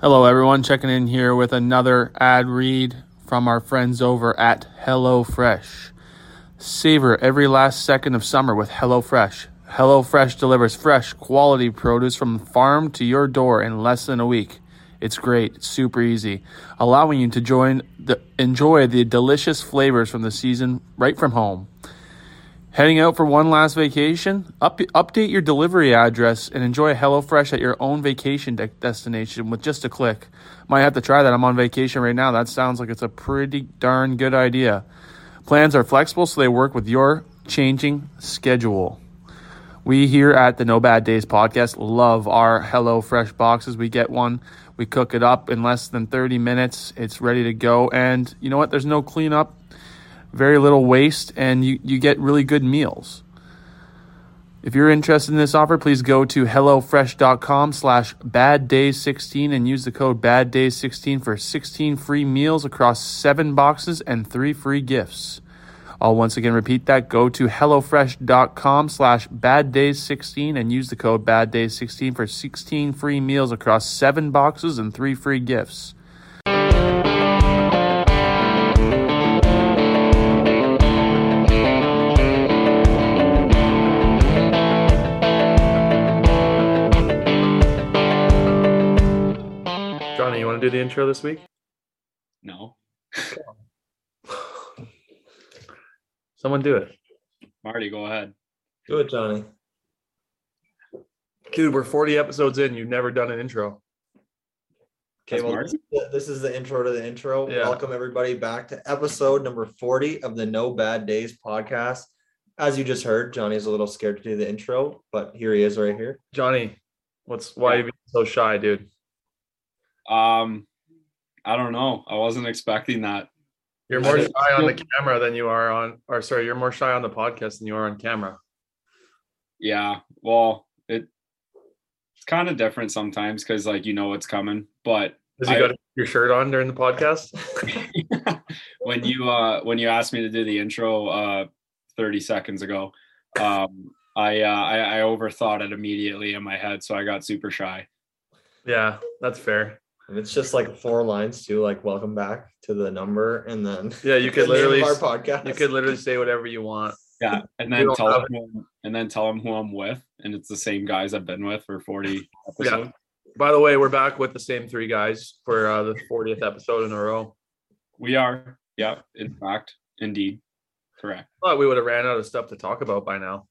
Hello, everyone. Checking in here with another ad read from our friends over at HelloFresh. Savor every last second of summer with HelloFresh. HelloFresh delivers fresh, quality produce from farm to your door in less than a week. It's great. It's super easy, allowing you to join the, enjoy the delicious flavors from the season right from home. Heading out for one last vacation? Up, update your delivery address and enjoy HelloFresh at your own vacation de- destination with just a click. Might have to try that. I'm on vacation right now. That sounds like it's a pretty darn good idea. Plans are flexible, so they work with your changing schedule. We here at the No Bad Days podcast love our Hello Fresh boxes. We get one, we cook it up in less than 30 minutes. It's ready to go. And you know what? There's no cleanup, very little waste, and you, you get really good meals. If you're interested in this offer, please go to HelloFresh.com slash BadDays16 and use the code BadDays16 for 16 free meals across 7 boxes and 3 free gifts. I'll once again repeat that. Go to HelloFresh.com slash BadDays16 and use the code BadDays16 for 16 free meals across 7 boxes and 3 free gifts. Johnny, you want to do the intro this week? No, Someone do it. Marty, go ahead. Do it, Johnny. Dude, we're 40 episodes in. You've never done an intro. Okay, That's well, Marty? th- this is the intro to the intro. Yeah. Welcome everybody back to episode number 40 of the No Bad Days podcast. As you just heard, Johnny's a little scared to do the intro, but here he is right here. Johnny, what's why Yeah. you being so shy, dude? Um, I don't know. I wasn't expecting that. You're more shy on the camera than you are on or sorry, you're more shy on the podcast than you are on camera. Yeah. Well, it it's kind of different sometimes because like you know what's coming, but Does he I- got your shirt on during the podcast? when you uh when you asked me to do the intro uh 30 seconds ago, um I uh I, I overthought it immediately in my head, so I got super shy. yeah, that's fair. And it's just like four lines too, like welcome back to the number, and then Yeah, you could the name of literally our podcast. you could literally say whatever you want. Yeah, and You then don't tell have them who I'm- and then tell them who I'm with, and it's the same guys I've been with for 40 episodes. By the way, we're back with the same three guys for uh, the 40th episode in a row. We are, yeah, in fact, indeed, correct. Thought we would have ran out of stuff to talk about by now.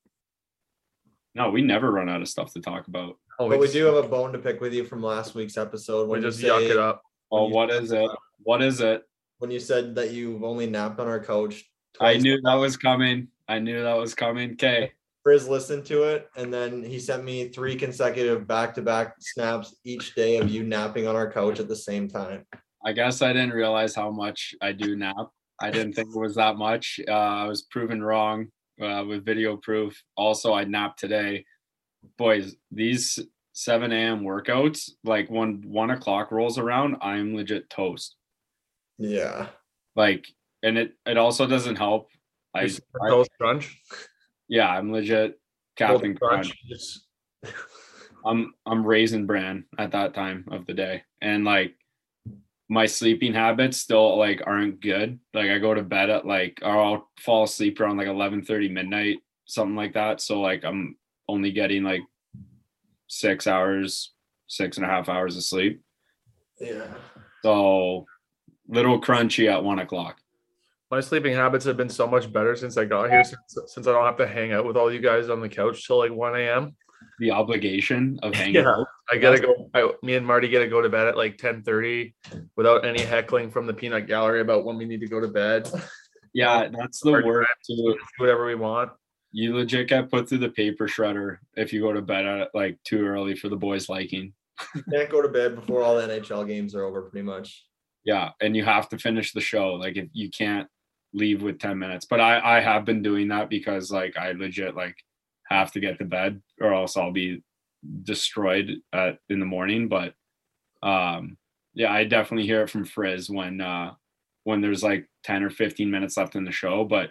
No, we never run out of stuff to talk about. Oh, but we just- do have a bone to pick with you from last week's episode we when you just yuck it say- up. Well, you Oh, what is it? What is it? when you said that you've only napped on our couch. I twice. knew that was coming. I knew that was coming. Okay. Frizz listened to it, and then he sent me three consecutive back-to-back snaps each day of you napping on our couch at the same time. I guess I didn't realize how much I do nap. I didn't think it was that much. Uh, I was proven wrong uh, with video proof. Also, I napped today. Boys, these 7 a.m. workouts, like when one o'clock rolls around, I'm legit toast. Yeah. Like, and it it also doesn't help. I, Just I- toast crunch. yeah, I'm legit Captain Captain Crunch. crunch. Just- I'm I'm raisin bran at that time of the day, and like my sleeping habits still like aren't good. Like I go to bed at like or I'll fall asleep around like 11:30 midnight, something like that. So like I'm only getting like six hours, six and a half hours of sleep. Yeah. So little crunchy at one o'clock. My sleeping habits have been so much better since I got here. Since, since I don't have to hang out with all you guys on the couch till like 1 a.m. The obligation of hanging. Yeah. out. I gotta go. I, me and Marty gotta go to bed at like 10:30 without any heckling from the peanut gallery about when we need to go to bed. yeah, that's the Hard word too. Do whatever we want. You legit get put through the paper shredder if you go to bed at like too early for the boys' liking. Can't go to bed before all the NHL games are over, pretty much. Yeah, and you have to finish the show. Like if you can't leave with 10 minutes. But I I have been doing that because like I legit like have to get to bed or else I'll be destroyed at, in the morning. But um yeah, I definitely hear it from Frizz when uh when there's like 10 or 15 minutes left in the show, but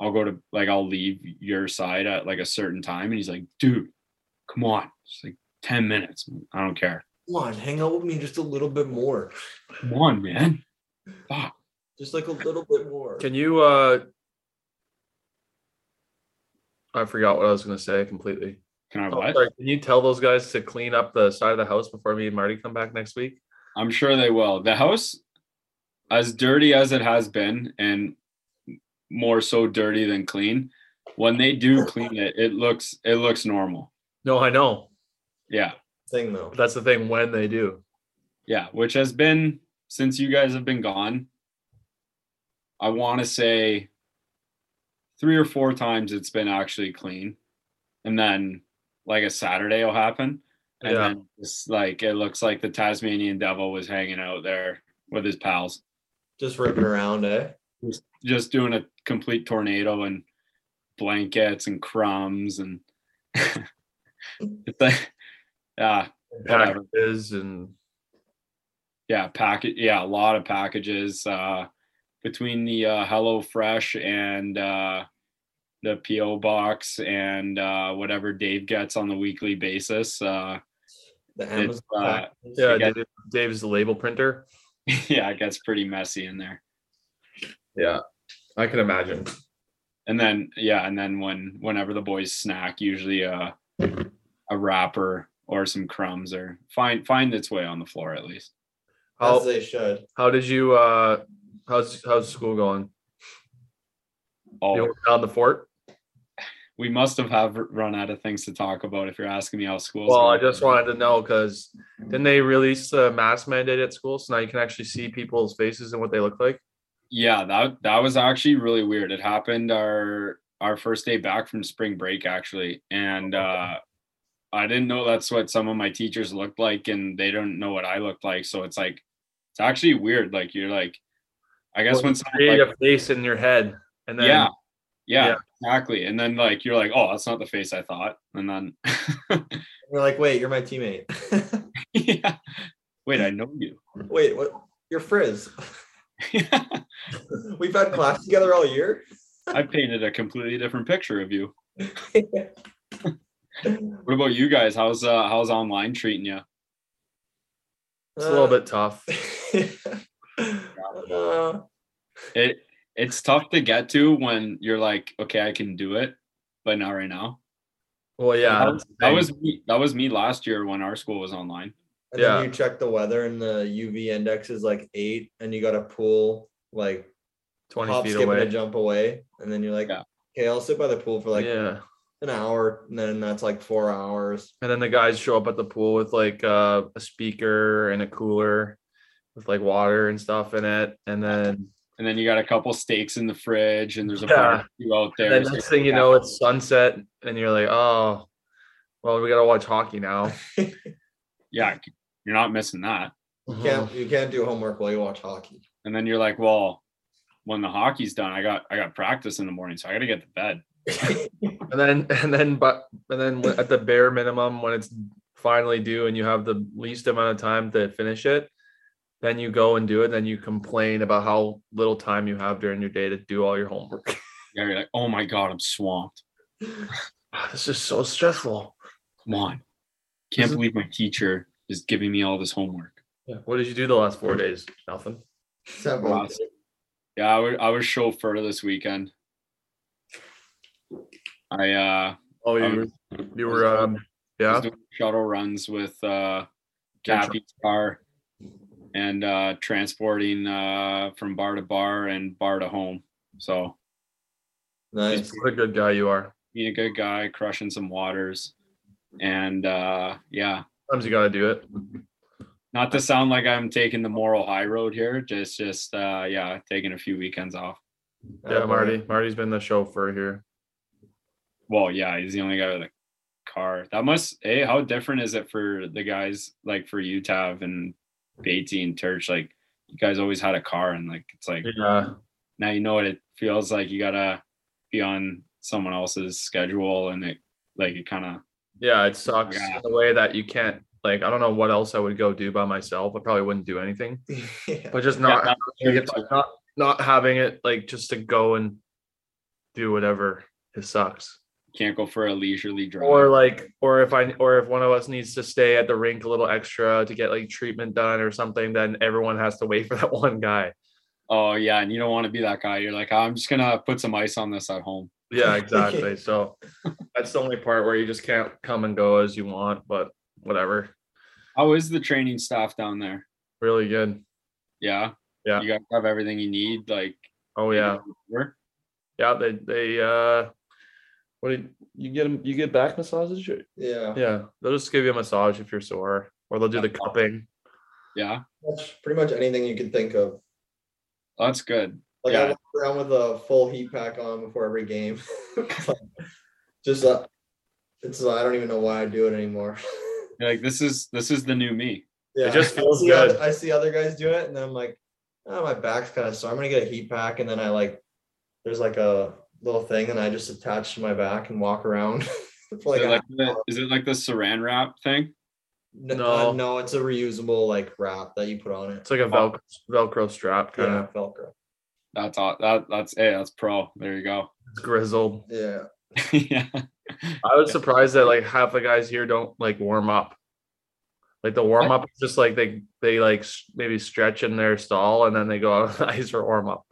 I'll go to like I'll leave your side at like a certain time and he's like, dude, come on. It's like 10 minutes. I don't care. Come on, hang out with me just a little bit more. Come on, man. Fuck. Just like a little bit more. Can you? uh I forgot what I was going to say completely. Can I Oh, what? sorry, can you tell those guys to clean up the side of the house before me and Marty come back next week? I'm sure they will. The house, as dirty as it has been, and more so dirty than clean, when they do clean it, it looks it looks normal. No, I know. Yeah, Thing though. That's the thing when they do. yeah. Which has been since you guys have been gone. I want to say three or four times it's been actually clean, and then like a Saturday will happen, and Yeah. then it's like it looks like the Tasmanian devil was hanging out there with his pals. Just ripping around, eh? just doing a complete tornado and blankets and crumbs and it's like yeah Whatever. Packages and yeah packet yeah a lot of packages uh between the uh hello fresh and uh the po box and uh whatever dave gets on the weekly basis uh The It's, Amazon. uh, packages. yeah, guys- Dave- Dave's the label printer. yeah it gets pretty messy in there Yeah, I can imagine. and then yeah and then when whenever the boys snack usually uh a wrapper or some crumbs or find find its way on the floor at least as How they should. how did you? uh How's how's school going? oh You working on the fort? we must have have run out of things to talk about if you're asking me how school Well, I just wanted to know because didn't they release the mask mandate at school? So now you can actually see people's faces and what they look like. yeah that that was actually really weird it happened our our first day back from spring break actually and uh i didn't know that's what some of my teachers looked like and they don't know what i looked like so it's like it's actually weird like you're like i guess Well, when someone, Create like, a face in your head, and then yeah, yeah, Yeah. exactly. And then like you're like, oh, that's not the face I thought. And then You're like, wait, you're my teammate. yeah, wait, I know you. wait, what? You're Frizz. We've had class together all year. I painted a completely different picture of you. What about you guys? How's uh how's online treating you? it's a little bit tough. Uh, It it's tough to get to when you're like, okay, I can do it, but not right now. Well, yeah, that that's was, the that thing. was me. That was me last year when our school was online. and Yeah. then you check the weather and the UV index is like eight, and you got a pool like twenty hop, feet skip, and a away. jump away, and then you're like, Yeah. okay, I'll sit by the pool for like yeah, an hour, and then that's like four hours. and then the guys show up at the pool with like uh, a speaker and a cooler with like water and stuff in it, and then And then you got a couple steaks in the fridge, and there's a Yeah. barbecue out and there. then so- next thing you yeah. know, it's sunset, and you're like, oh, well, we gotta watch hockey now. yeah, you're not missing that. You Uh-huh. can't you can't do homework while you watch hockey. and then you're like, well, when the hockey's done, I got I got practice in the morning, so I got to get to bed. And then and then but and then when- at the bare minimum when it's finally due and you have the least amount of time to finish it, then you go and do it. And then you complain about how little time you have during your day to do all your homework. Yeah, you're like, oh my god, I'm swamped. Ah, this is so stressful. Come on, This can't is- believe my teacher is giving me all this homework. Yeah. What did you do the last four days? Nothing. Seven. Last- yeah, I was I was chauffeur this weekend. I uh Oh, you Um, were, you were um yeah. was doing shuttle runs with uh Cappy's car and uh transporting uh from bar to bar and bar to home. So Nice. What a good guy you are. being a good guy, crushing some waters, and uh yeah, Sometimes you gotta do it. not to sound like I'm taking the moral high road here, just just uh yeah, taking a few weekends off. Yeah, Marty. Marty's been the chauffeur here. well, yeah, he's the only guy with a car. That must hey, how different is it for the guys like for Utah and Beatty and Church? Like you guys always had a car and like it's like Yeah. now you know what it feels like. You gotta be on someone else's schedule and it like it kind of Yeah, it sucks Yeah. in the way that you can't like I don't know what else I would go do by myself. I probably wouldn't do anything. yeah. But just Yeah, not that's having true it, too. like, not not having it like just to go and do whatever it sucks. can't go for a leisurely drive. Or like or if I or if one of us needs to stay at the rink a little extra to get like treatment done or something, then everyone has to wait for that one guy. oh yeah, and you don't want to be that guy. You're like, I'm just gonna put some ice on this at home. Yeah, exactly. so that's the only part where you just can't come and go as you want, but whatever. How is the training staff down there? Really good. Yeah. Yeah. You guys have everything you need. Like Oh you yeah. know, work? Yeah, they they uh what did you get 'em- you get back massages? Or- yeah. Yeah, they'll just give you a massage if you're sore, or they'll do the cupping. Yeah. That's pretty much anything you can think of. That's good. Like I Yeah. walk around with a full heat pack on before every game. It's like, just uh, it's I don't even know why I do it anymore. You're like this is this is the new me. yeah, just I feels see oth- good. I see other guys do it, and then I'm like, oh, my back's kind of sore. I'm gonna get a heat pack, and then I like, there's like a little thing, and I just attach to my back and walk around. It's Is, like, it like the, is it like the saran wrap thing? no, No. uh, no. it's a reusable like wrap that you put on it. It's like a velcro, velcro strap kind yeah, of Velcro. That's all. That that's hey, that's pro. There you go. grizzled. Yeah, yeah. I was surprised that like half the guys here don't like warm up. Like the warm up is just like they they like s- maybe stretch in their stall and then they go out on the ice for warm up.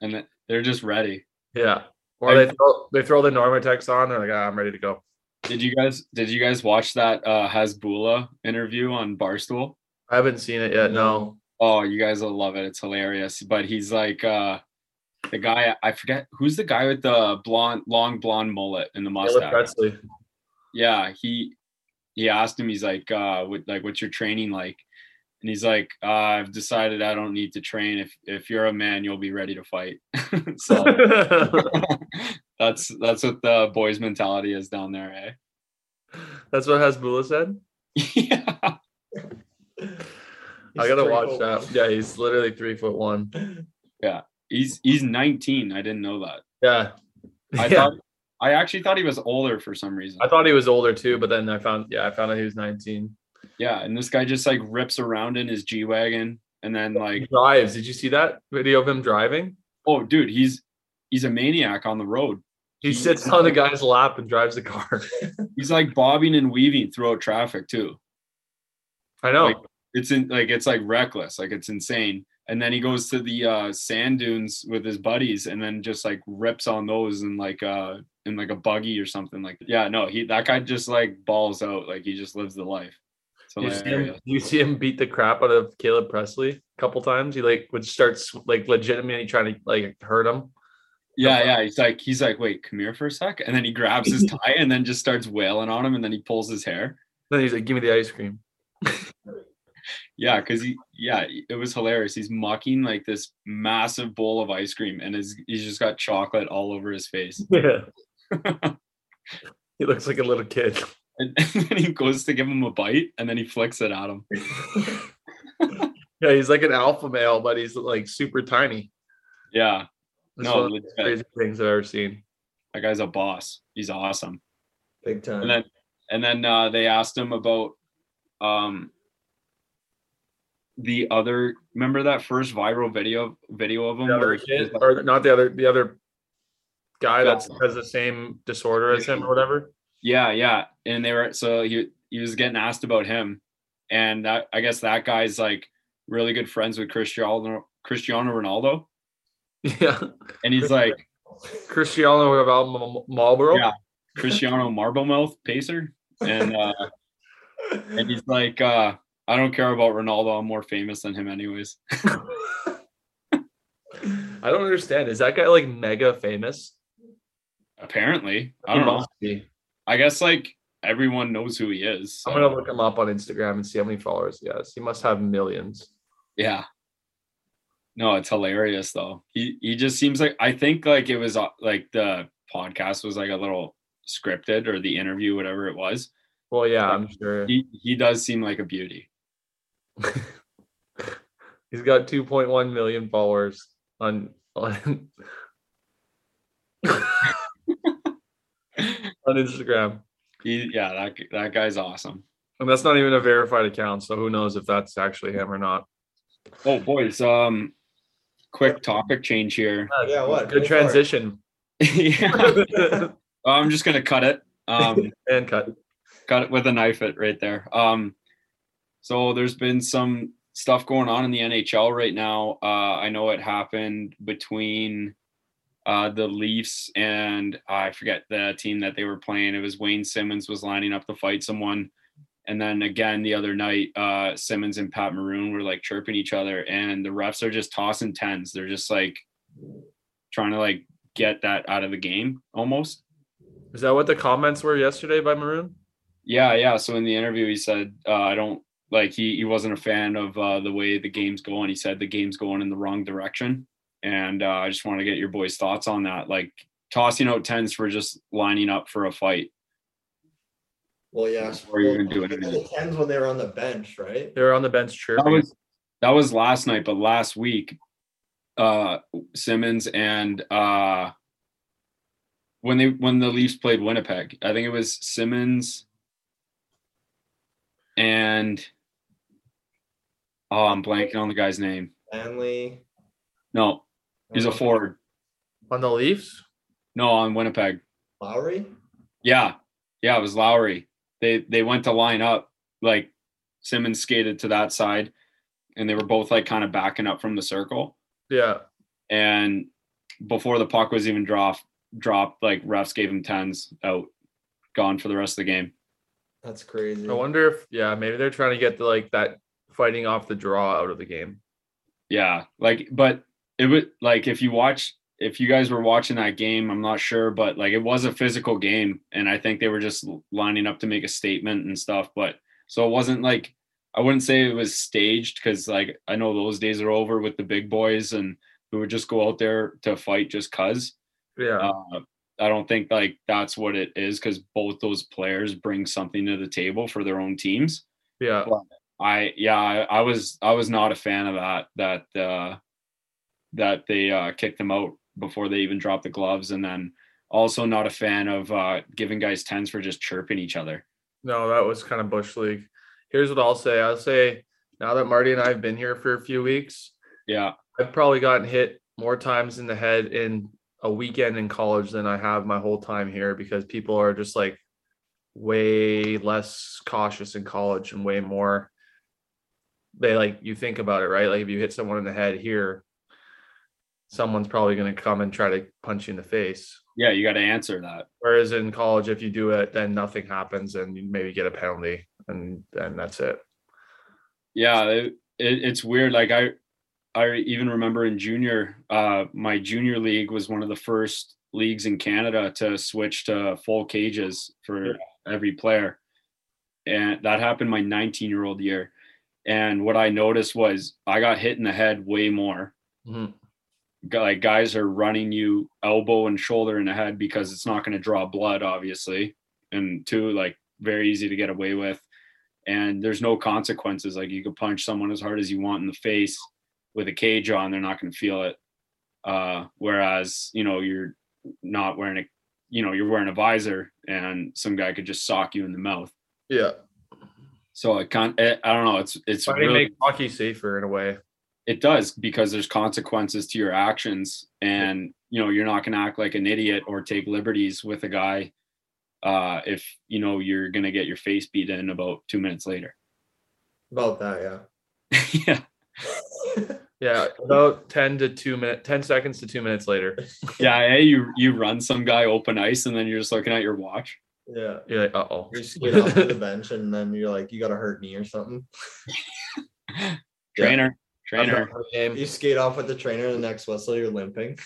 And th- they're just ready. Yeah, or they throw they throw the Normatex on. They're like, ah, I'm ready to go. Did you guys did you guys watch that uh Hasbula interview on Barstool? I haven't seen it yet. No, Oh, you guys will love it. It's hilarious. But he's like uh the guy I forget who's the guy with the blonde long blonde mullet and the Taylor mustache. Presley. yeah he he asked him he's like uh what like what's your training like and he's like uh, i've decided i don't need to train if if you're a man you'll be ready to fight so that's that's what the boys mentality is down there eh That's what Hasbullah said. yeah I He's gotta three watch foot that. one. Yeah, he's literally three foot one. he's he's 19 i didn't know that Yeah. i yeah. thought i actually thought he was older for some reason I thought he was older too, but then I found yeah, I found out he was 19. yeah and this guy just like rips around in his g-wagon and then He like drives. Did you see that video of him driving? oh dude he's he's a maniac on the road He sits on the guy's lap and drives the car. he's like bobbing and weaving throughout traffic too I know. Like- it's in like it's like reckless like it's insane and then he goes to the uh sand dunes with his buddies and then just like rips on those in like uh in like a buggy or something like yeah no he that guy just like balls out like he just lives the life so you, see him, you see him beat the crap out of Caleb Presley a couple times. He like would start sw- like legitimately trying to like hurt him. yeah yeah he's like he's like wait come here for a sec and then he grabs his tie and then just starts wailing on him and then he pulls his hair Then he's like, "Give me the ice cream." yeah because he yeah it was hilarious he's mocking like this massive bowl of ice cream and his, he's just got chocolate all over his face Yeah. he looks like a little kid. And, and then he goes to give him a bite, and then he flicks it at him. Yeah, he's like an alpha male, but he's like super tiny. Yeah, That's no, one of the legit. crazy things I've ever seen. that guy's a boss. He's awesome. big time. And then, and then uh, they asked him about um, the other. Remember that first viral video video of him? the where other he kid, was like- or not the other the other guy Yeah. that has the same disorder as him or whatever. yeah, yeah. And they were so he he was getting asked about him, and that, I guess that guy's like really good friends with Cristiano Cristiano Ronaldo, Yeah, and he's like Cristiano Ronaldo Marlboro. Yeah. Cristiano Marblemouth Pacer, and. Uh, and he's like, uh, I don't care about Ronaldo. I'm more famous than him, anyways. I don't understand. Is that guy like mega famous? Apparently, I don't He know. must be. I guess like everyone knows who he is. so- I'm gonna look him up on Instagram and see how many followers he has. He must have millions. yeah. No, it's hilarious though. He he just seems like I think like it was uh, like the podcast was like a little scripted or the interview, whatever it was. Well, yeah, I'm sure He he does seem like a beauty. he's got 2.1 million followers on on, on Instagram, He yeah, that that guy's awesome. and that's not even a verified account. So who knows if that's actually him or not? Oh boys, um quick topic change here. Yeah, what? Good Go for it. transition yeah. I'm just gonna cut it. Um and cut. cut it with a knife it right there. Um, so there's been some stuff going on in the NHL right now. Uh, I know it happened between uh, the Leafs and I forget the team that they were playing. It was Wayne Simmons was lining up to fight someone. And then again the other night, uh, Simmons and Pat Maroon were like chirping each other, and the refs are just tossing tens. They're just like trying to like get that out of the game almost. Is that what the comments were yesterday by Maroon? Yeah, yeah. So in the interview, he said, uh, "I don't like he he wasn't a fan of uh, the way the game's going." He said the game's going in the wrong direction, and uh, I just want to get your boys' thoughts on that. Like tossing out tens for just lining up for a fight. Well, yeah. Or you're gonna do Well, it it depends when they were on the bench, right? They were on the bench That chirping. was that was last night, but last week, uh, Simmons and uh, when they when the Leafs played Winnipeg, I think it was Simmons and oh, I'm blanking on the guy's name. Manley. No, he's a forward. on the Leafs. No, on Winnipeg. Lowry. Yeah, yeah, it was Lowry. They they went to line up like Simmons skated to that side, and they were both like kind of backing up from the circle. Yeah, And before the puck was even dropped, dropped like refs gave him tens out, gone for the rest of the game. That's crazy. I wonder if yeah maybe they're trying to get the, like that fighting off the draw out of the game. Yeah, like, but it would like if you watch, if you guys were watching that game, I'm not sure, but like it was a physical game, and I think they were just l- lining up to make a statement and stuff. But so it wasn't like I wouldn't say it was staged because like I know those days are over with the big boys and who would just go out there to fight just cause. Yeah, Uh, I don't think like that's what it is because both those players bring something to the table for their own teams. yeah. I yeah, I, I was I was not a fan of that that uh that they uh kicked them out before they even dropped the gloves and then also not a fan of uh giving guys tens for just chirping each other. No, that was kind of bush league. Here's what I'll say. I'll say now that Marty and I have been here for a few weeks, Yeah. I've probably gotten hit more times in the head in a weekend in college than I have my whole time here because people are just like way less cautious in college and way more they like you think about it, right? Like if you hit someone in the head here, someone's probably going to come and try to punch you in the face. Yeah, you gotta answer that. Whereas in college, if you do it, then nothing happens and you maybe get a penalty and and that's it. Yeah, it, it, it's weird. Like I I even remember in junior, uh my junior league was one of the first leagues in Canada to switch to full cages for every player. And that happened my 19 year old year. And what I noticed was I got hit in the head way more. Mhm. Gu- Like guys are running you elbow and shoulder in the head because it's not going to draw blood, obviously. And two, like very easy to get away with. And there's no consequences. Like you could punch someone as hard as you want in the face with a cage on, they're not going to feel it. Uh, whereas, you know, you're not wearing a, you know, you're wearing a visor and some guy could just sock you in the mouth. Yeah. So it can't. I I don't know. It's it's Trying to really, make hockey safer in a way. it does because there's consequences to your actions, and you know you're not going to act like an idiot or take liberties with a guy uh, if you know you're going to get your face beat in about two minutes later. About that, yeah. yeah, Yeah, about 10 to 2 minutes, 10 seconds to 2 minutes later. yeah. eh, you you run some guy open ice, and then you're just looking at your watch. Yeah. You're like, "Uh-oh." You skate off to the bench and then you're like, you got a hurt knee or something. Trainer, I'm done trainer. for the game. You skate off with the trainer and the next whistle, you're limping.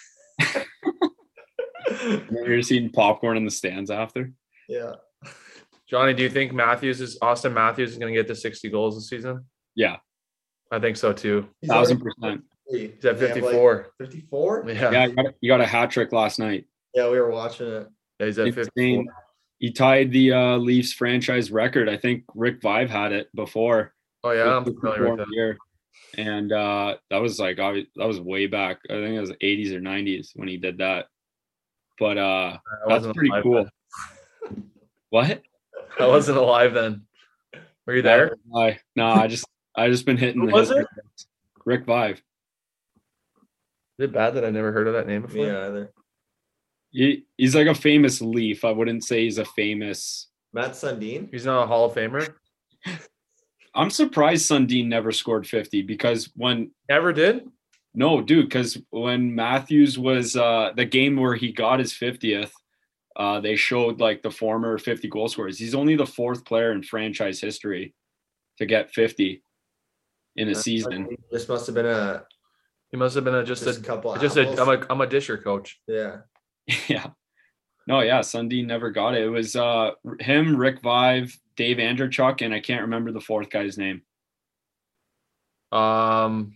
You're seeing popcorn in the stands after. yeah. Johnny, do you think Matthews is Austin Matthews is going to get to 60 goals this season? Yeah, I think so too. He's already thousand percent. three. He's at They have, like, 54. 54? Yeah. Yeah, you got a- you got a hat trick last night. Yeah, we were watching it. yeah, he's at 54. Insane. He tied the uh, Leafs franchise record. I think Rick Vive had it before. Oh yeah, I'm with the familiar with one that. year. And uh, that was like obvi- that was way back. I think it was 80s or 90s when he did that. But uh, I that's wasn't pretty alive cool. then. What? I wasn't alive then. Were you there? I, no, I just I just been hitting. Who the was history it? books. Rick Vive. Is it bad that I never heard of that name before? Me either. He, he's like a famous Leaf. I wouldn't say he's a famous. Matt Sundin. He's not a Hall of Famer. I'm surprised Sundin never scored 50 because when Never did. No, dude, because when Matthews was uh the game where he got his 50th, uh they showed like the former 50 goal scorers. He's only the fourth player in franchise history to get 50 in a season. This must have been a He must have been a, just, just, a a couple. just a apples. I'm a I'm a disher coach. yeah. yeah. No, yeah, Sundin never got it. It was uh him, Rick Vive, Dave Anderchuk, and I can't remember the fourth guy's name. Um,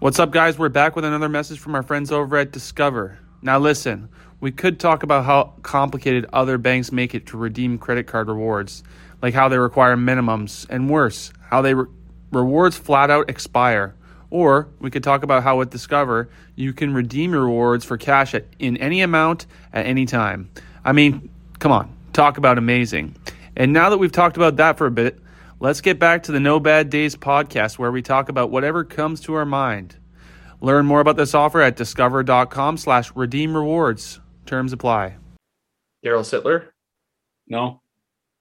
What's up, guys? We're back with another message from our friends over at Discover. Now, listen, we could talk about how complicated other banks make it to redeem credit card rewards, like how they require minimums, and worse, how they re- rewards flat out expire. Or we could talk about how with Discover, you can redeem your rewards for cash at, in any amount at any time. I mean, come on, talk about amazing. And now that we've talked about that for a bit, Let's get back to the No Bad Days podcast where we talk about whatever comes to our mind. Learn more about this offer at discover.com slash redeem rewards. Terms apply. Daryl Sittler. No,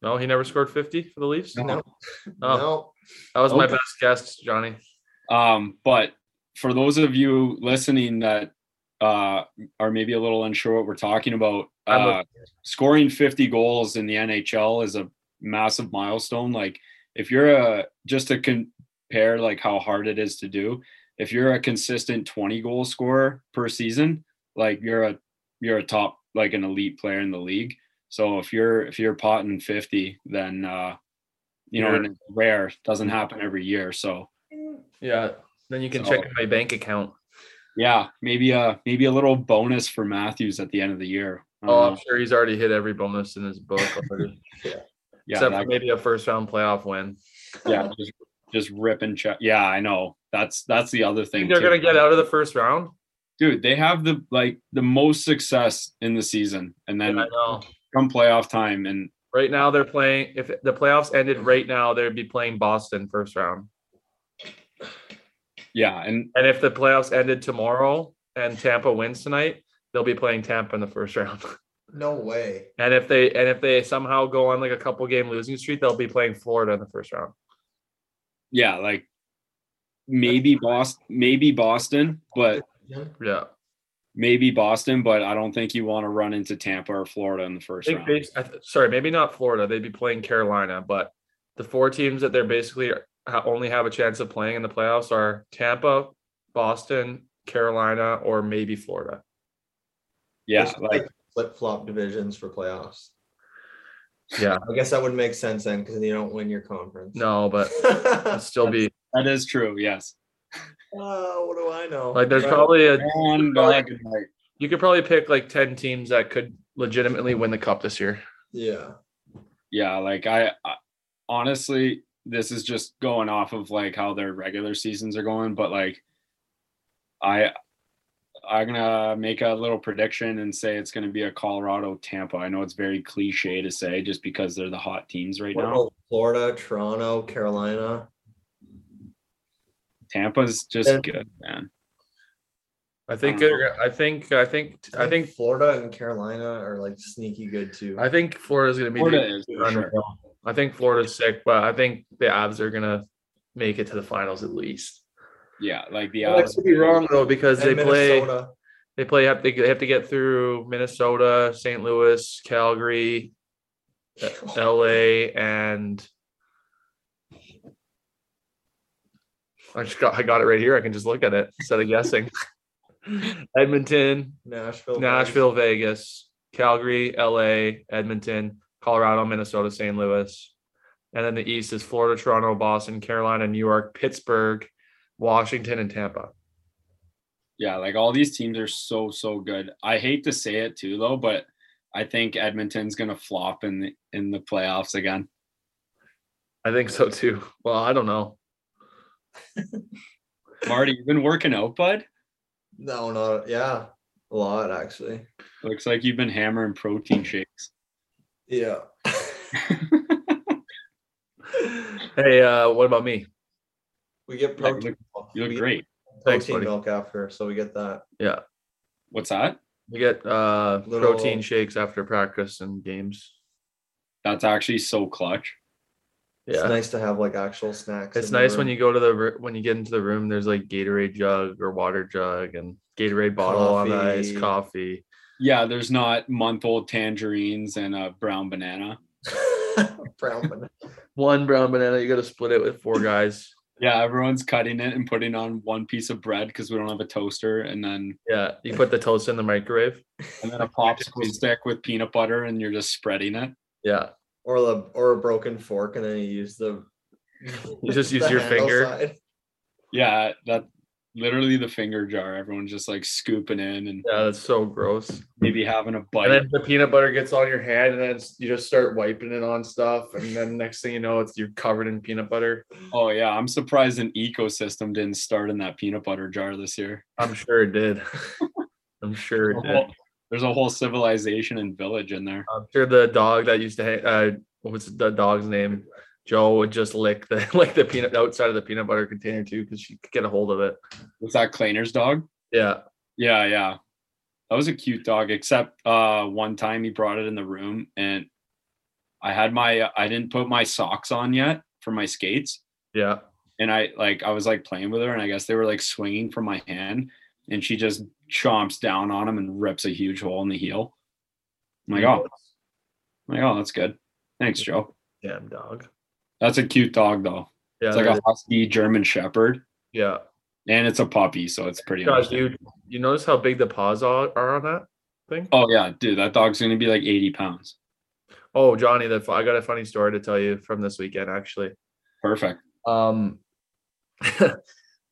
No, he never scored 50 for the Leafs. No. Oh, No, that was my Okay. best guess, Johnny. Um, but for those of you listening that uh, are maybe a little unsure what we're talking about, I'm uh, scoring 50 goals in the NHL is a massive milestone. Like, if you're a just to compare, like how hard it is to do, if you're a consistent 20 goal scorer per season, like you're a you're a top like an elite player in the league. So if you're if you're potting 50, then uh, you know, You're- and it's rare doesn't happen every year. So Yeah. Then you can So- check my bank account. Mm-hmm. Yeah, maybe uh maybe a little bonus for Matthews at the end of the year. Um, I don't Oh, I'm know. sure he's already hit every bonus in his book already, yeah, except that- for maybe a first round playoff win. yeah, just just rip and check. Yeah, I know. That's that's the other thing. Think they're too. gonna get out of the first round. dude. They have the like the most success in the season, and then I know. come playoff time, and Right now they're playing. If the playoffs ended right now, they'd be playing Boston first round. yeah, and And if the playoffs ended tomorrow and Tampa wins tonight, they'll be playing Tampa in the first round. no way. And if they and if they somehow go on like a couple game losing streak, they'll be playing Florida in the first round. yeah, like maybe Boston, maybe Boston, but Yeah. maybe Boston, but I don't think you want to run into Tampa or Florida in the first I think round. bas- I th- sorry, maybe not Florida. They'd be playing Carolina, but the four teams that they're basically ha- only have a chance of playing in the playoffs are Tampa, Boston, Carolina, or maybe Florida. Yeah, like flip flop divisions for playoffs. Yeah. I guess that would make sense then because you don't win your conference. No, but it'd still be that is true. Yes. Oh, what do I know? like there's Right. probably a And uh, good night. you could probably pick like ten teams that could legitimately win the cup this year. yeah. yeah like I, I honestly this is just going off of like how their regular seasons are going but like i i'm gonna make a little prediction and say it's gonna be a colorado tampa i know it's very cliche to say just because they're the hot teams right What now about Florida, Toronto, Carolina. tampa's just Yeah. good man I think don't know. they're- I think I think I think Florida and Carolina are like sneaky good too. I think Florida's gonna be the- Florida is for sure. I think Florida's sick, but I think the Avs are gonna make it to the finals at least. yeah like the Yeah, I Avs- could be wrong though because And they play Minnesota. they play have to they have to get through Minnesota, St. Louis, Calgary, L.A. and I just got I got it right here. I can just look at it instead of guessing. Edmonton, Nashville, Nashville, Vegas, Calgary, LA, Edmonton, Colorado, Minnesota, St. Louis. And then the East is Florida, Toronto, Boston, Carolina, New York, Pittsburgh, Washington, and Tampa. yeah like all these teams are so so good i hate to say it too though but I think Edmonton's gonna flop in the, in the playoffs again. I think so too. Well, I don't know. Marty, you've been working out, bud. No, not yeah, a lot actually. Looks like you've been hammering protein shakes. Yeah. Hey, uh, what about me? we get Yeah, you protein. milk. You We look get great. Thanks, Protein buddy. milk after, so we get that. What's that? We get uh, Little- protein shakes after practice and games. That's actually so clutch. Yeah, It's nice to have like actual snacks. It's in the nice when room. you go to the r- when you get into the room. There's like Gatorade jug or water jug and Gatorade bottle on ice, Coffee. coffee. Yeah, there's not month old tangerines and a brown banana. brown banana. One brown banana. You got to split it with four guys. Yeah, everyone's cutting it and putting on one piece of bread because we don't have a toaster, and then Yeah, you put the toast in the microwave. and then a popsicle stick with peanut butter, and you're just spreading it. Yeah, or the or a broken fork, and then you use the. you just the use your handle finger. side. Yeah, that literally the finger jar. Everyone's just like scooping in and Yeah, that's so gross. maybe having a bite. And then the peanut butter gets on your hand, and then it's- you just start wiping it on stuff, and then next thing you know, it's you're covered in peanut butter. oh yeah, I'm surprised an ecosystem didn't start in that peanut butter jar this year. I'm sure it did. I'm sure it There's a did. whole- there's a whole civilization and village in there. I'm sure the dog that used to hang, uh, what's the dog's name? Joe would just lick the like the peanut outside of the peanut butter container too because she could get a hold of it. Was that Kleiner's dog? Yeah, Yeah, yeah. That was a cute dog, except uh one time he brought it in the room and I had my I didn't put my socks on yet for my skates. yeah. And I like I was like playing with her and I guess they were like swinging from my hand and she just chomps down on him and rips a huge hole in the heel. I'm like, oh, I'm like, oh, that's good. Thanks, Joe. damn dog. That's a cute dog though. Yeah, It's like that a is- husky German shepherd. yeah. And it's a puppy, so it's pretty Josh, understandable. you you notice how big the paws are, are on that thing? Oh yeah, dude, that dog's gonna be like 80 pounds. Oh, Johnny, the, I got a funny story to tell you from this weekend actually. Perfect. Um,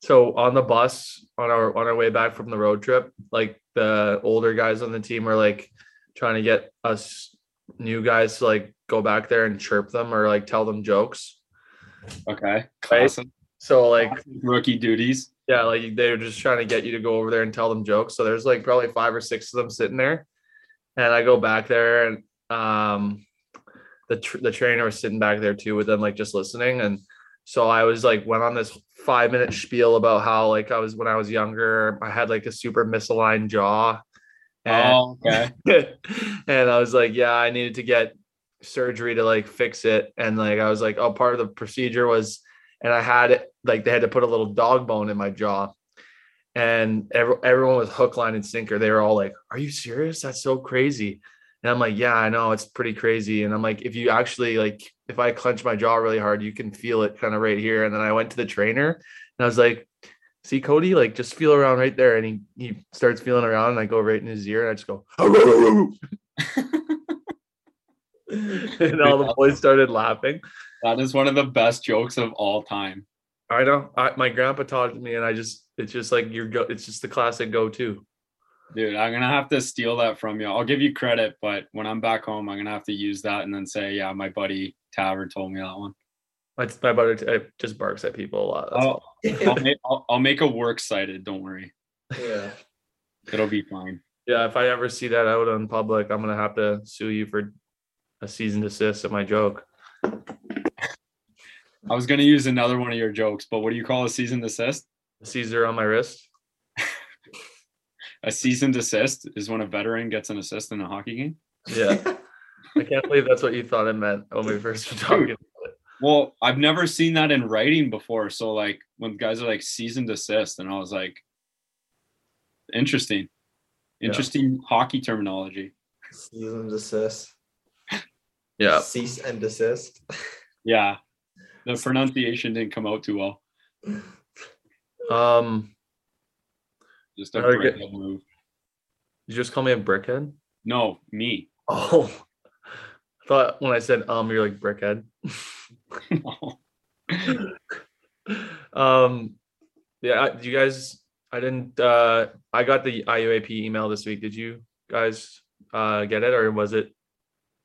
so on the bus on our on our way back from the road trip, like the older guys on the team were like trying to get us new guys to like go back there and chirp them or like tell them jokes. Okay. Classic. So like rookie duties. yeah, like they were just trying to get you to go over there and tell them jokes. So there's like probably five or six of them sitting there, and I go back there and um, the tr- the trainer was sitting back there too with them like just listening, and so I was like went on this five minute spiel about how like I was when I was younger I had like a super misaligned jaw, and Oh, okay. and I was like, yeah, I needed to get surgery to like fix it. And like, I was like, oh, part of the procedure was, and I had it like they had to put a little dog bone in my jaw. And every, everyone was hook, line, and sinker. They were all like, are you serious? That's so crazy. And I'm like, yeah, I know it's pretty crazy. And I'm like, if you actually like, if I clench my jaw really hard, you can feel it kind of right here. And then I went to the trainer and I was like, see Cody, like just feel around right there. And he he starts feeling around and I go right in his ear and I just go, and all the boys started laughing. that is one of the best jokes of all time. I know. I, my grandpa taught me and I just it's just like your go it's just the classic go-to. Dude, I'm gonna have to steal that from you. I'll give you credit, but when I'm back home, I'm gonna have to use that and then say, Yeah, my buddy Taver told me that one. My, my brother t- uh, just barks at people a lot. That's Oh, all. I'll, make, I'll, I'll make a work cited, don't worry. yeah. It'll be fine. Yeah, if I ever see that out in public, I'm gonna have to sue you for a season desist at my joke. I was gonna use another one of your jokes, but what do you call a seasoned assist? Caesar on my wrist. A seasoned assist is when a veteran gets an assist in a hockey game. Yeah. I can't believe that's what you thought it meant when we first were talking. Well, I've never seen that in writing before. So like when guys are like seasoned assist, and I was like, interesting, Yeah. interesting hockey terminology. Cease and desist. Yeah. Cease and desist. Yeah, the pronunciation didn't come out too well. Um Just a Very great good. little move. you just call me a brickhead? No, me. Oh, I thought when I said um, you're like brickhead. Um, yeah, I- you guys. I didn't. uh I got the IUAP email this week. Did you guys uh, get it, or was it?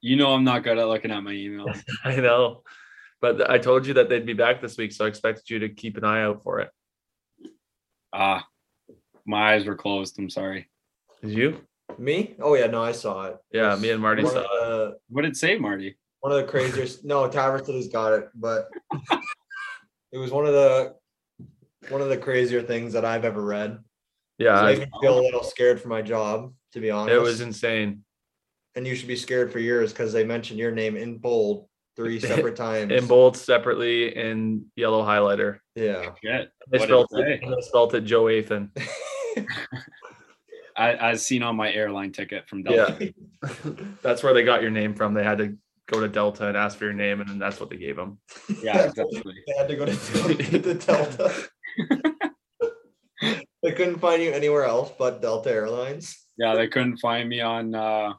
You know I'm not good at looking at my emails. I know, but I told you that they'd be back this week, so I expected you to keep an eye out for it. Ah, my eyes were closed. I'm sorry. Did you? Me? Oh yeah, no, I saw it. Yeah, me and Marty One of saw. the, What did it say, Marty? one of the craziest. no, Tavern has got it, but it was one of the one of the crazier things that I've ever read. Yeah, So I I- even feel a little scared for my job, to be honest. it was insane. and you should be scared for yours because they mentioned your name in bold three separate times. In bold, separately, in yellow highlighter. Yeah. Shit. They What did spelled it it, say? they spelled it Joe Athan. I, I seen on my airline ticket from Delta. Yeah, that's where they got your name from. They had to go to Delta and ask for your name, and then that's what they gave them. Yeah, exactly. They had to go to Delta. to Delta. they couldn't find you anywhere else but Delta Airlines. Yeah, they couldn't find me on uh,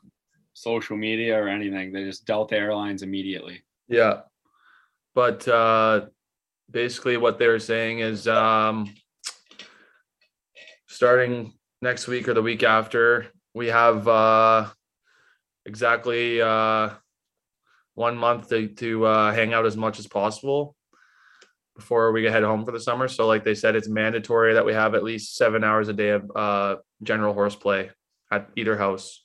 social media or anything. They just Delta Airlines immediately. Yeah. But uh basically what they were saying is um starting next week or the week after, we have uh exactly uh one month to to uh hang out as much as possible before we head home for the summer. So like they said it's mandatory that we have at least 7 hours a day of uh general horseplay at either house.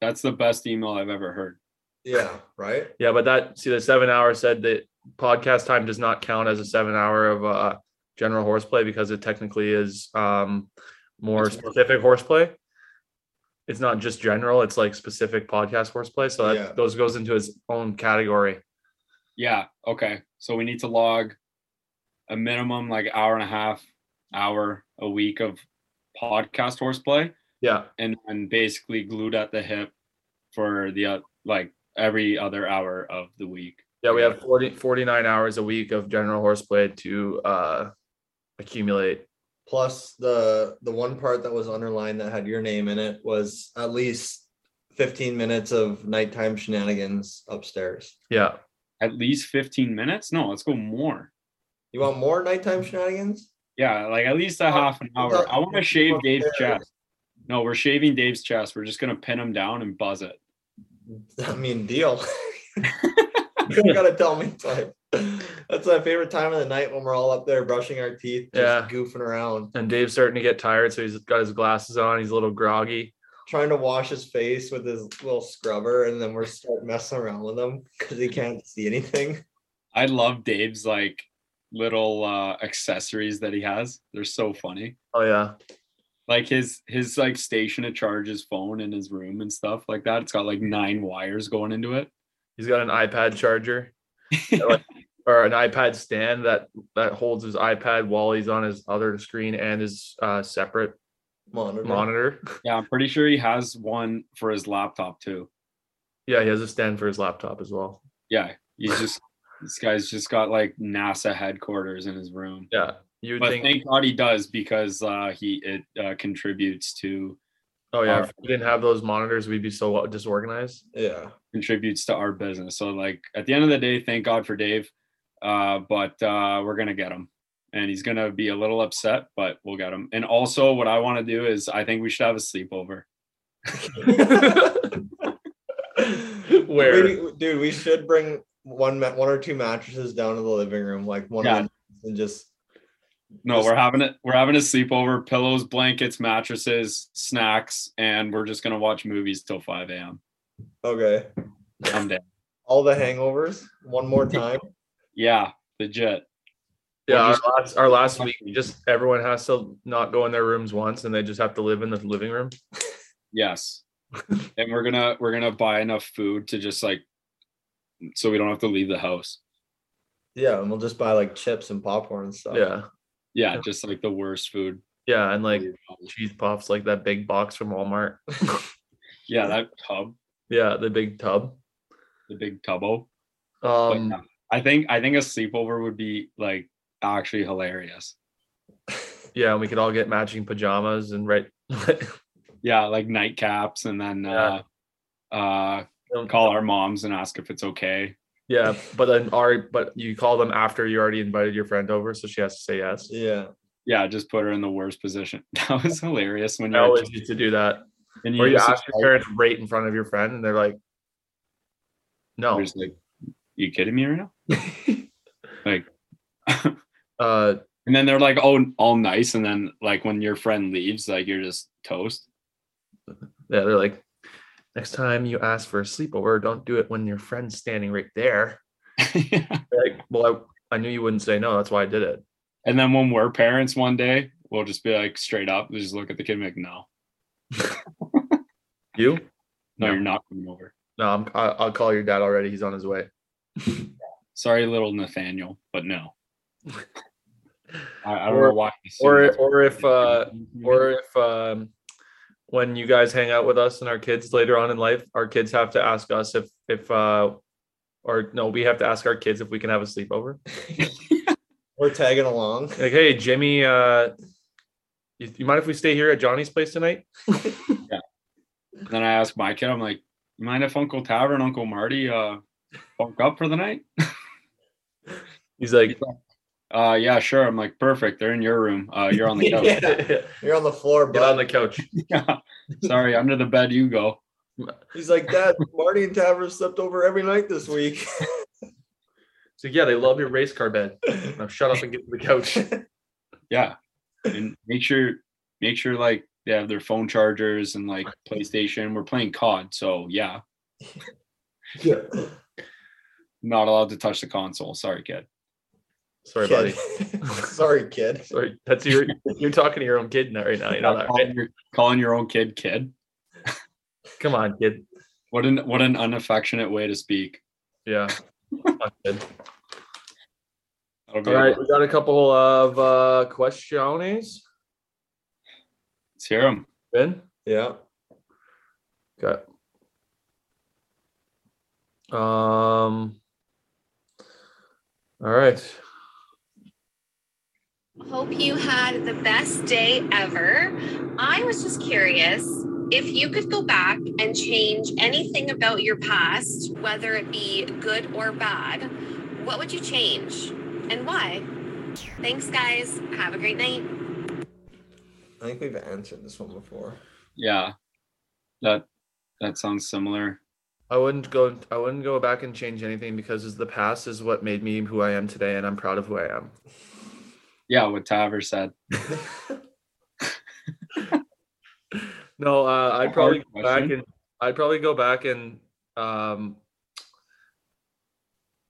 That's the best email I've ever heard. Yeah, right? Yeah, but that see the seven hour said that podcast time does not count as a seven hour of uh general horseplay because it technically is um more It's more- specific horseplay. It's not just general, it's like specific podcast horseplay. So that Yeah. those goes into its own category. Yeah. Okay. So we need to log a minimum like hour and a half, hour a week of podcast horseplay, Yeah. and and basically glued at the hip for the uh, like every other hour of the week. Yeah, we have 40, 49 hours a week of general horseplay to uh accumulate. Plus the the one part that was underlined that had your name in it was at least 15 minutes of nighttime shenanigans upstairs. Yeah. At least 15 minutes? No, let's go more. You want more nighttime shenanigans? Yeah, like at least a Oh, half an hour. I want to shave Dave's Yeah. chest. No, we're shaving Dave's chest. We're just gonna pin him down and buzz it. I mean, deal. you don't gotta tell me time. That's my favorite time of the night when we're all up there brushing our teeth, just Yeah. goofing around, And Dave's starting to get tired, so he's got his glasses on, he's a little groggy. trying to wash his face with his little scrubber, and then we're start messing around with him because he can't see anything. I love Dave's like little uh accessories that he has. They're so funny. Oh yeah. Like his his like station to charge his phone in his room and stuff like that. It's got like nine wires going into it. He's got an iPad charger, that, like, or an iPad stand that that holds his iPad while he's on his other screen and his uh, separate Monitor. monitor. Yeah, I'm pretty sure he has one for his laptop too. Yeah, he has a stand for his laptop as well. Yeah, he's just this guy's just got like NASA headquarters in his room. Yeah, you would But think. thank God he does because uh, he it uh, contributes to oh yeah, our- if we didn't have those monitors, we'd be so disorganized. Yeah. contributes to our business. So like at the end of the day, thank God for Dave. Uh, but uh, we're gonna get him, and he's gonna be a little upset, but we'll get him. And also, what I want to do is I think we should have a sleepover. Where? We- dude, we should bring one ma- one or two mattresses down to the living room, like one Yeah. of them, and just No, we're having it. We're having a sleepover: pillows, blankets, mattresses, snacks, and we're just gonna watch movies till five a.m. okay, I'm down. all the hangovers one more time. Yeah, legit. Yeah, Or our just- last, our last week, we just everyone has to not go in their rooms once, and they just have to live in the living room. Yes. and we're gonna we're gonna buy enough food to just like so we don't have to leave the house. Yeah, and we'll just buy like chips and popcorn and stuff. Yeah, Yeah, just like the worst food. yeah, and like cheese puffs, like that big box from Walmart. yeah, that tub, Yeah, the big tub. the big tubbo. But Um, yeah, I think I think a sleepover would be like actually hilarious. Yeah, and we could all get matching pajamas and right Yeah, like nightcaps and then uh uh call our moms and ask if it's okay. Yeah, but then our but you call them after you already invited your friend over, so she has to say yes. Yeah. Yeah, just put her in the worst position. That was hilarious when I you're always used to do that. And Or you just, ask your like, parents right in front of your friend, and they're like, you're "No." just like, you kidding me right now? Like, uh, and then they're like, oh, all nice. And then like when your friend leaves, like you're just toast. yeah, they're like, "Next time you ask for a sleepover, don't do it when your friend's standing right there." They're like, well, I, I knew you wouldn't say no. That's why I did it. And then when we're parents one day, we'll just be like straight up, we'll just look at the kid and be like, no, You? no, No. you're not coming over. No, I'm, I, I'll call your dad already. He's on his way. Sorry, little Nathaniel, but no. I, I don't Or- know why. I assumed Or, that's what or you if, did. uh, or if um, when you guys hang out with us and our kids later on in life, our kids have to ask us if if uh, or no, we have to ask our kids if we can have a sleepover. We're tagging along. Like, hey, Jimmy, uh, you, you mind if we stay here at Johnny's place tonight? then I ask my kid, I'm like, you mind if Uncle Taver and Uncle Marty uh bunk up for the night? He's like, Uh yeah, sure. I'm like, perfect. They're in your room. Uh you're on the couch. Yeah. get You're on the floor, but on the couch. Yeah. Sorry, under the bed you go. he's like, Dad, Marty and Tavern slept over every night this week. So yeah, they love your race car bed. Now shut up and get to the couch. Yeah. And make sure make sure like they have their phone chargers and like PlayStation. We're playing COD, so yeah. yeah. Not allowed to touch the console. Sorry, kid. Sorry, buddy. kid. Sorry, kid. Sorry, that's your. You're talking to your own kid now, right now. You know that, calling, right? your, calling your own kid kid. Come on, kid. What an what an unaffectionate way to speak. Yeah. Come on, kid. That'll be All a- right, we got a couple of uh, questions. Let's hear him. Ben, Yeah. okay. Um. All right. Hope you had the best day ever. I was just curious if you could go back and change anything about your past, whether it be good or bad, what would you change and why? Thanks, guys. Have a great night. I think we've answered this one before. Yeah. That that sounds similar. I wouldn't go. I wouldn't go back and change anything because is the past is what made me who I am today, and I'm proud of who I am. Yeah, what Taver said. No, uh, a I'd probably hard go back question. and I'd probably go back and um,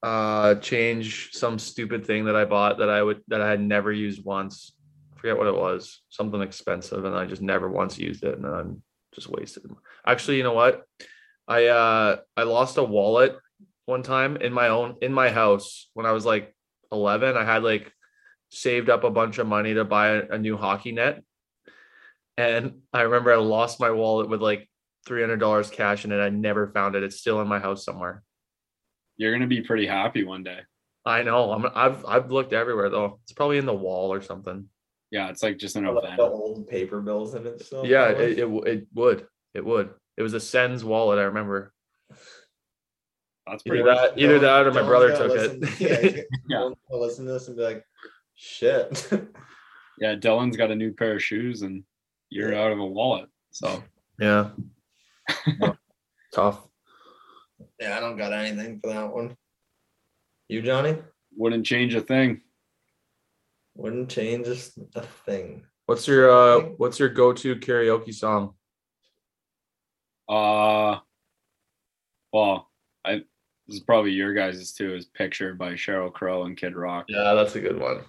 uh, change some stupid thing that I bought that I would that I had never used once. I forget what it was, something expensive, and I just never once used it, and then I'm just wasted. Actually, you know what? I uh, I lost a wallet one time in my own in my house when I was like 11. I had like saved up a bunch of money to buy a, a new hockey net. And I remember I lost my wallet with like $300 cash in it. I never found it. It's still in my house somewhere. You're gonna be pretty happy one day. I know. I'm, I've I've looked everywhere though. It's probably in the wall or something. Yeah, it's like just an Like event. the old paper bills in it. So yeah, it, it w- it would. It would. It was a Sens wallet. I remember. That's pretty Either much that, either that, or my brother took it. Yeah. yeah. I'll listen to this and be like, shit. yeah, Dylan's got a new pair of shoes and you're out of a wallet. So yeah. No. Tough. yeah, I don't got anything for that one. You, Johnny? wouldn't change a thing. Wouldn't change just a thing. What's your uh What's your go to karaoke song? Uh well, I this is probably your guys' too, is picture by Cheryl Crow and Kid Rock. Yeah, that's a good one.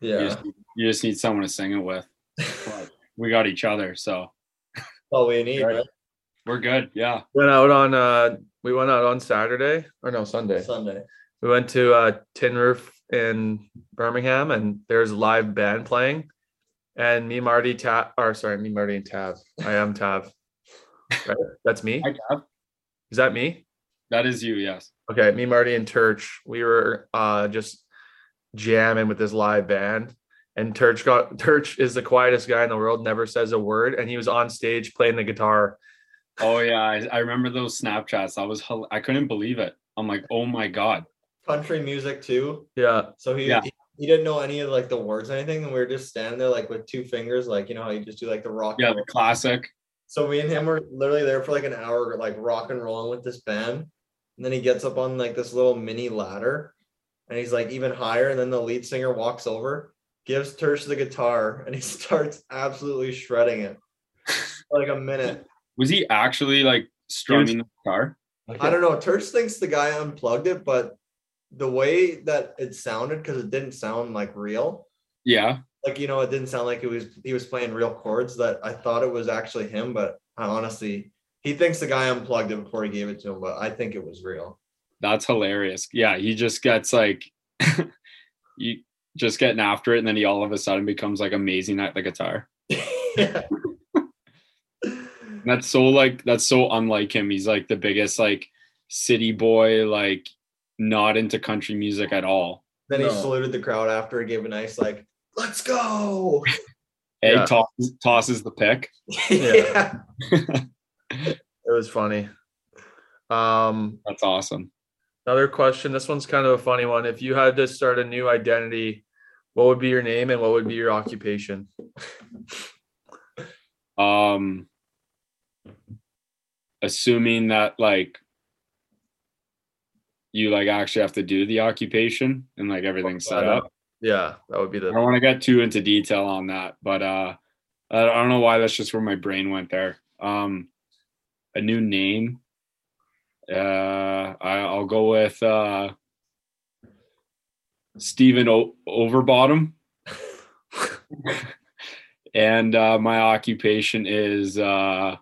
You, Yeah. just, you just need someone to sing it with. But we got each other, so All we need, Right. right? we're good. Yeah. Went out on uh we went out on Saturday or no Sunday. Sunday. we went to uh, Tin Roof in Birmingham, and there's a live band playing. And me, Marty, Tav, or sorry, me, Marty, and Tav. I am Tav. Right? That's me. Hi, Gav. Is that me? That is you, yes. Okay, me, Marty, and Turch. We were uh, just jamming with this live band, and Turch got Turch is the quietest guy in the world, never says a word, and he was on stage playing the guitar. Oh yeah, I, I remember those Snapchats. I was hel- I couldn't believe it. I'm like, oh my god. Country music too. Yeah, So he, Yeah. he he didn't know any of like the words or anything, and we were just standing there like with two fingers, like you know how you just do like the rock. Yeah, and the roll. classic. So me and him were literally there for like an hour, like rock and rolling with this band. And then he gets up on like this little mini ladder and he's like even higher. And then the lead singer walks over, gives Tersh the guitar, and he starts absolutely shredding it for like a minute. Was he actually like strumming the guitar? I don't know. Tersh thinks the guy unplugged it, but the way that it sounded, because it didn't sound like real, Yeah. like you know, it didn't sound like it was he was playing real chords that I thought it was actually him, but I honestly he thinks the guy unplugged it before he gave it to him, but I think it was real. That's hilarious. Yeah. He just gets like, you just getting after it. And then he all of a sudden becomes like amazing at the guitar. yeah. And that's so like, that's so unlike him. He's like the biggest like city boy, like not into country music at all. Then he No. saluted the crowd after he gave a nice like, let's go. Egg Yeah. tosses, tosses the pick. yeah. It was funny. Um, That's awesome. another question. This one's kind of a funny one. If you had to start a new identity, what would be your name and what would be your occupation? Um, assuming that like you like actually have to do the occupation and like everything's set up. Yeah, that would be I the don't want to get too into detail on that, but uh, I I don't know why that's just where my brain went there. Um, a new name. Uh, I, I'll go with uh, Stephen o- Overbottom, and uh, my occupation is uh,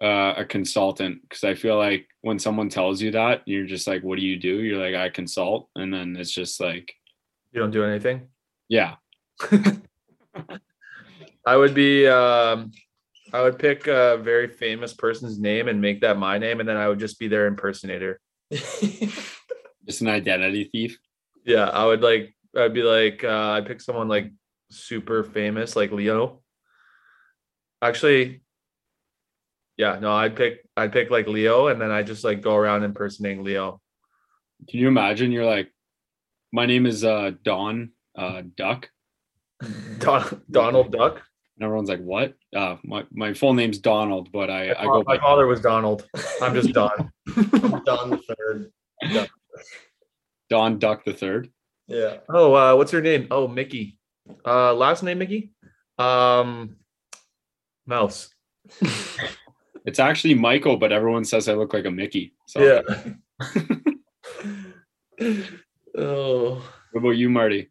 uh, a consultant because I feel like when someone tells you that, you're just like, "What do you do?" You're like, "I consult," and then it's just like, you don't do anything. "Yeah, I would be um I would pick a very famous person's name and make that my name, and then I would just be their impersonator. just an identity thief." Yeah, I would like I'd be like uh I pick someone like super famous like Leo. Actually yeah, no, I'd pick I'd pick like Leo and then I just like go around impersonating Leo. Can you imagine? You're like, my name is uh, Don uh, Duck, Don- Donald Duck. and everyone's like, "What?" Uh, my my full name's Donald, but I, I go my by father was Donald. I'm just Don. Don the third. Don Duck the Third. Yeah. Oh, uh what's your name? Oh, Mickey. Uh last name Mickey? Um Mouse. It's actually Michael, but everyone says I look like a Mickey. So, Yeah. oh, what about you, Marty?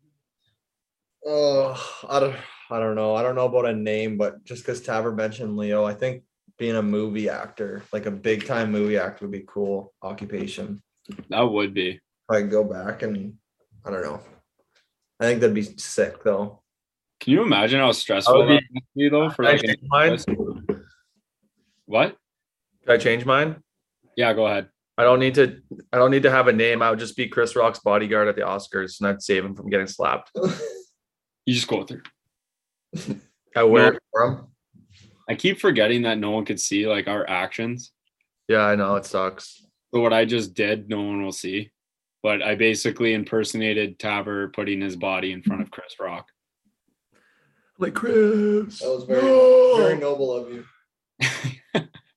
Oh, I don't I don't know. I don't know about a name, but just because Taver mentioned Leo, I think being a movie actor, like a big time movie actor would be cool occupation. That would be. If I could go back and I don't know. I think that'd be sick though. Can you imagine how stressful be- that would be though? For Can I like, an- change mine? what? Can I change mine? Yeah, go ahead. I don't need to. I don't need to have a name. I would just be Chris Rock's bodyguard at the Oscars, and I'd save him from getting slapped. You just go through. I wear. From I keep forgetting that no one could see like our actions. Yeah, I know it sucks. So what I just did, no one will see. But I basically impersonated Taver putting his body in front of Chris Rock. Like Chris. That was very- no. very noble of you.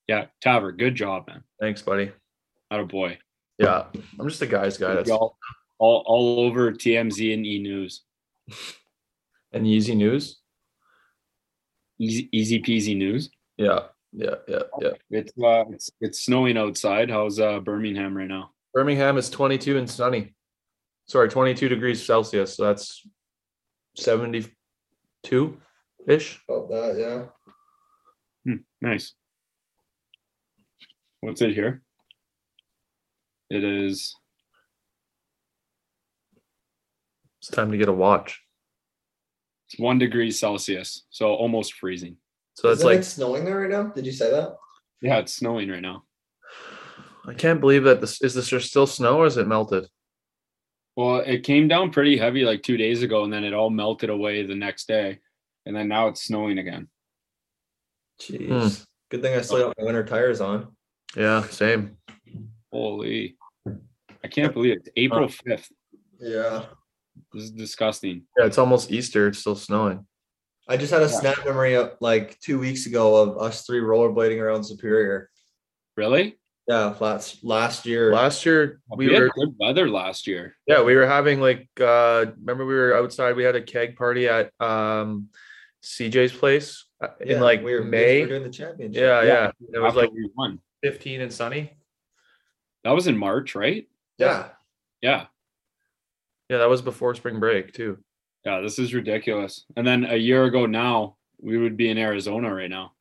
yeah, Taver, good job, man. Thanks, buddy. Not a boy. Yeah, I'm just a guy's guy. That's all, all, all over TMZ and E News. and Yeezy News. Easy, easy peasy news. Yeah, yeah, yeah, yeah. It's uh, it's it's snowing outside. How's uh Birmingham right now? Birmingham is 22 and sunny. Sorry, 22 degrees Celsius. So that's 72 ish. About that, yeah. Nice. What's it here? It is It's time to get a watch. it's one degree Celsius, so almost freezing. So that's Isn't like it snowing there right now? Did you say that? Yeah, it's snowing right now. I can't believe that this is this just still snow or is it melted? Well, it came down pretty heavy like two days ago, and then it all melted away the next day, and then now it's snowing again. Jeez. Hmm. Good thing I still got my winter tires on. Yeah, same. Holy, I can't believe it. It's Oh. April fifth. Yeah. This is disgusting. Yeah, it's almost Easter. It's still snowing. I just had a Yeah. snap memory of like two weeks ago of us three rollerblading around Superior. Really? Yeah, last last year. Last year We, we were had good weather last year. yeah we were having like uh remember we were outside we had a keg party at um CJ's place uh, Yeah, in like we were, we May were doing the championship. yeah, yeah Yeah. it was After like we won. 15 and sunny That was in March, right? yeah. Yeah. yeah that was before spring break too Yeah, this is ridiculous. And then a year ago now, we would be in Arizona right now.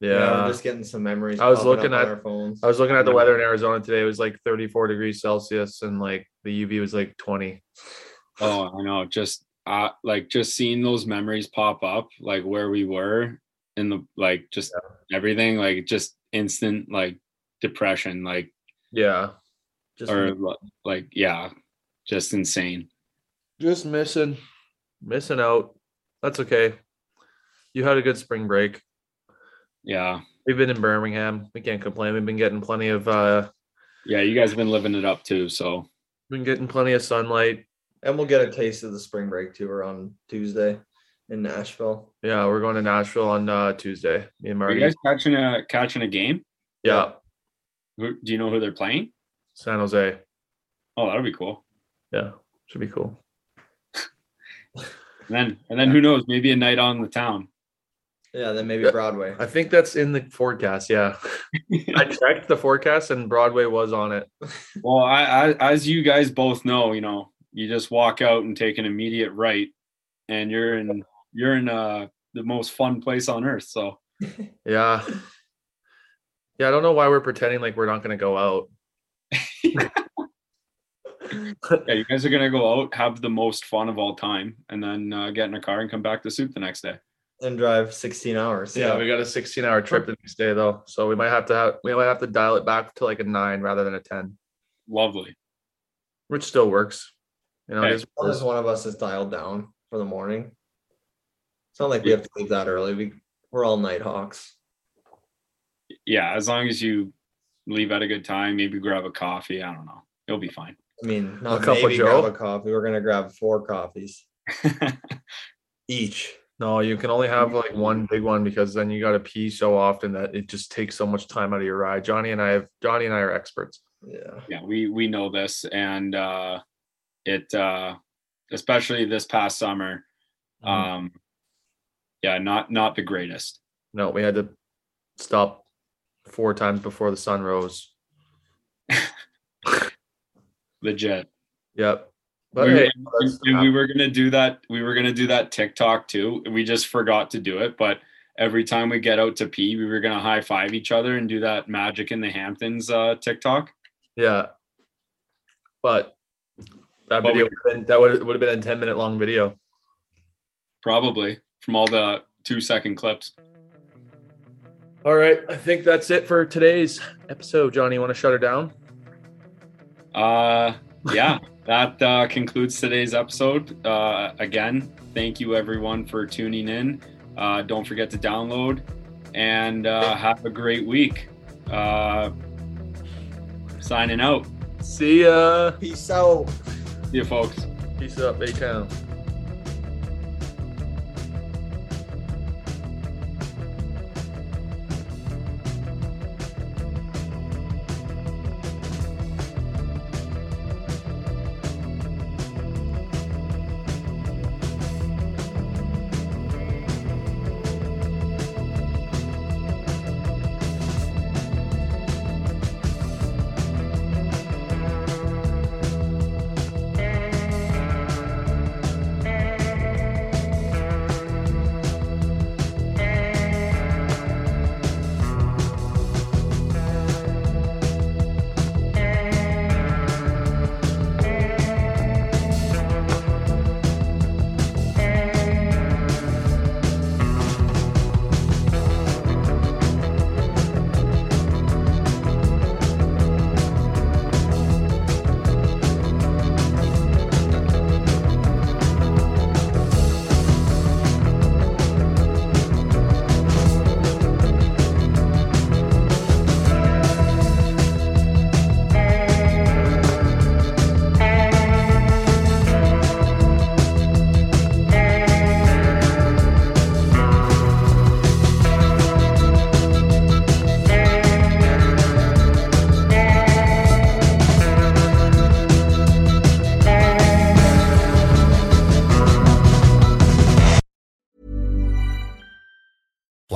yeah, Yeah, I'm just getting some memories. I was popping up looking on at- our phones. I was looking at the Yeah. weather in Arizona today. It was like 34 degrees Celsius and like the UV was like 20. Oh, I know. Just uh, like just seeing those memories pop up, like where we were in the like just everything, like just instant like depression, like Yeah. just or li- like yeah, just insane. Just missing. Missing out. That's okay. You had a good spring break. Yeah, We've been in Birmingham. We can't complain. We've been getting plenty of uh yeah. You guys have been living it up too, so been getting plenty of sunlight. and we'll get a taste of the spring break tour on Tuesday in Nashville. Yeah, we're going to Nashville on uh Tuesday. Me and are Marty. you guys catching a catching a game? yeah. Who, do you know who they're playing? San Jose. Oh, that'll be cool. Yeah. Should be cool. And then and then who knows? Maybe a night on the town. Yeah, then maybe Yeah. Broadway. I think that's in the forecast. Yeah. I checked the forecast and Broadway was on it. Well, I, I as you guys both know, you know, you just walk out and take an immediate right, and you're in you're in uh the most fun place on earth. So Yeah. Yeah, I don't know why we're pretending like we're not going to go out. yeah, you guys are gonna go out, have the most fun of all time, and then uh, get in a car and come back to soup the next day. And drive 16 hours. Yeah, we got a 16-hour trip the next day though, so we might have to have we might have to dial it back to like a nine rather than a ten, Lovely. which still works. You know, it Hey. is As long as one of us is dialed down for the morning. It's not like we have to leave that early. We we're all night hawks. Yeah, as long as you leave at a good time, maybe grab a coffee. I don't know. It'll be fine. I mean, not cup of maybe grab Joe? a coffee. We're gonna grab four coffees each. no, you can only have like one big one because then you got to pee so often that it just takes so much time out of your ride. Johnny and I have Johnny and I are experts. Yeah. yeah, we we know this, and uh, it uh, especially this past summer. Um, yeah, not not the greatest. No, we had to stop four times before the sun rose. legit. Yep. But We- hey, And, that's- and we were gonna do that. We were gonna do that TikTok too. We just forgot to do it. But every time we get out to pee, we were gonna high five each other and do that magic in the Hamptons uh, TikTok. Yeah. But that But we- video would've been, that would would have been a 10 minute long video. Probably from all the two second clips. All right. I think that's it for today's episode. Johnny, you want to shut her down? Uh, yeah, that uh, concludes today's episode. Uh, again, thank you everyone for tuning in. Uh, don't forget to download and uh, have a great week. Uh, signing out. See ya. Peace out. See you, folks. Peace up, A Town.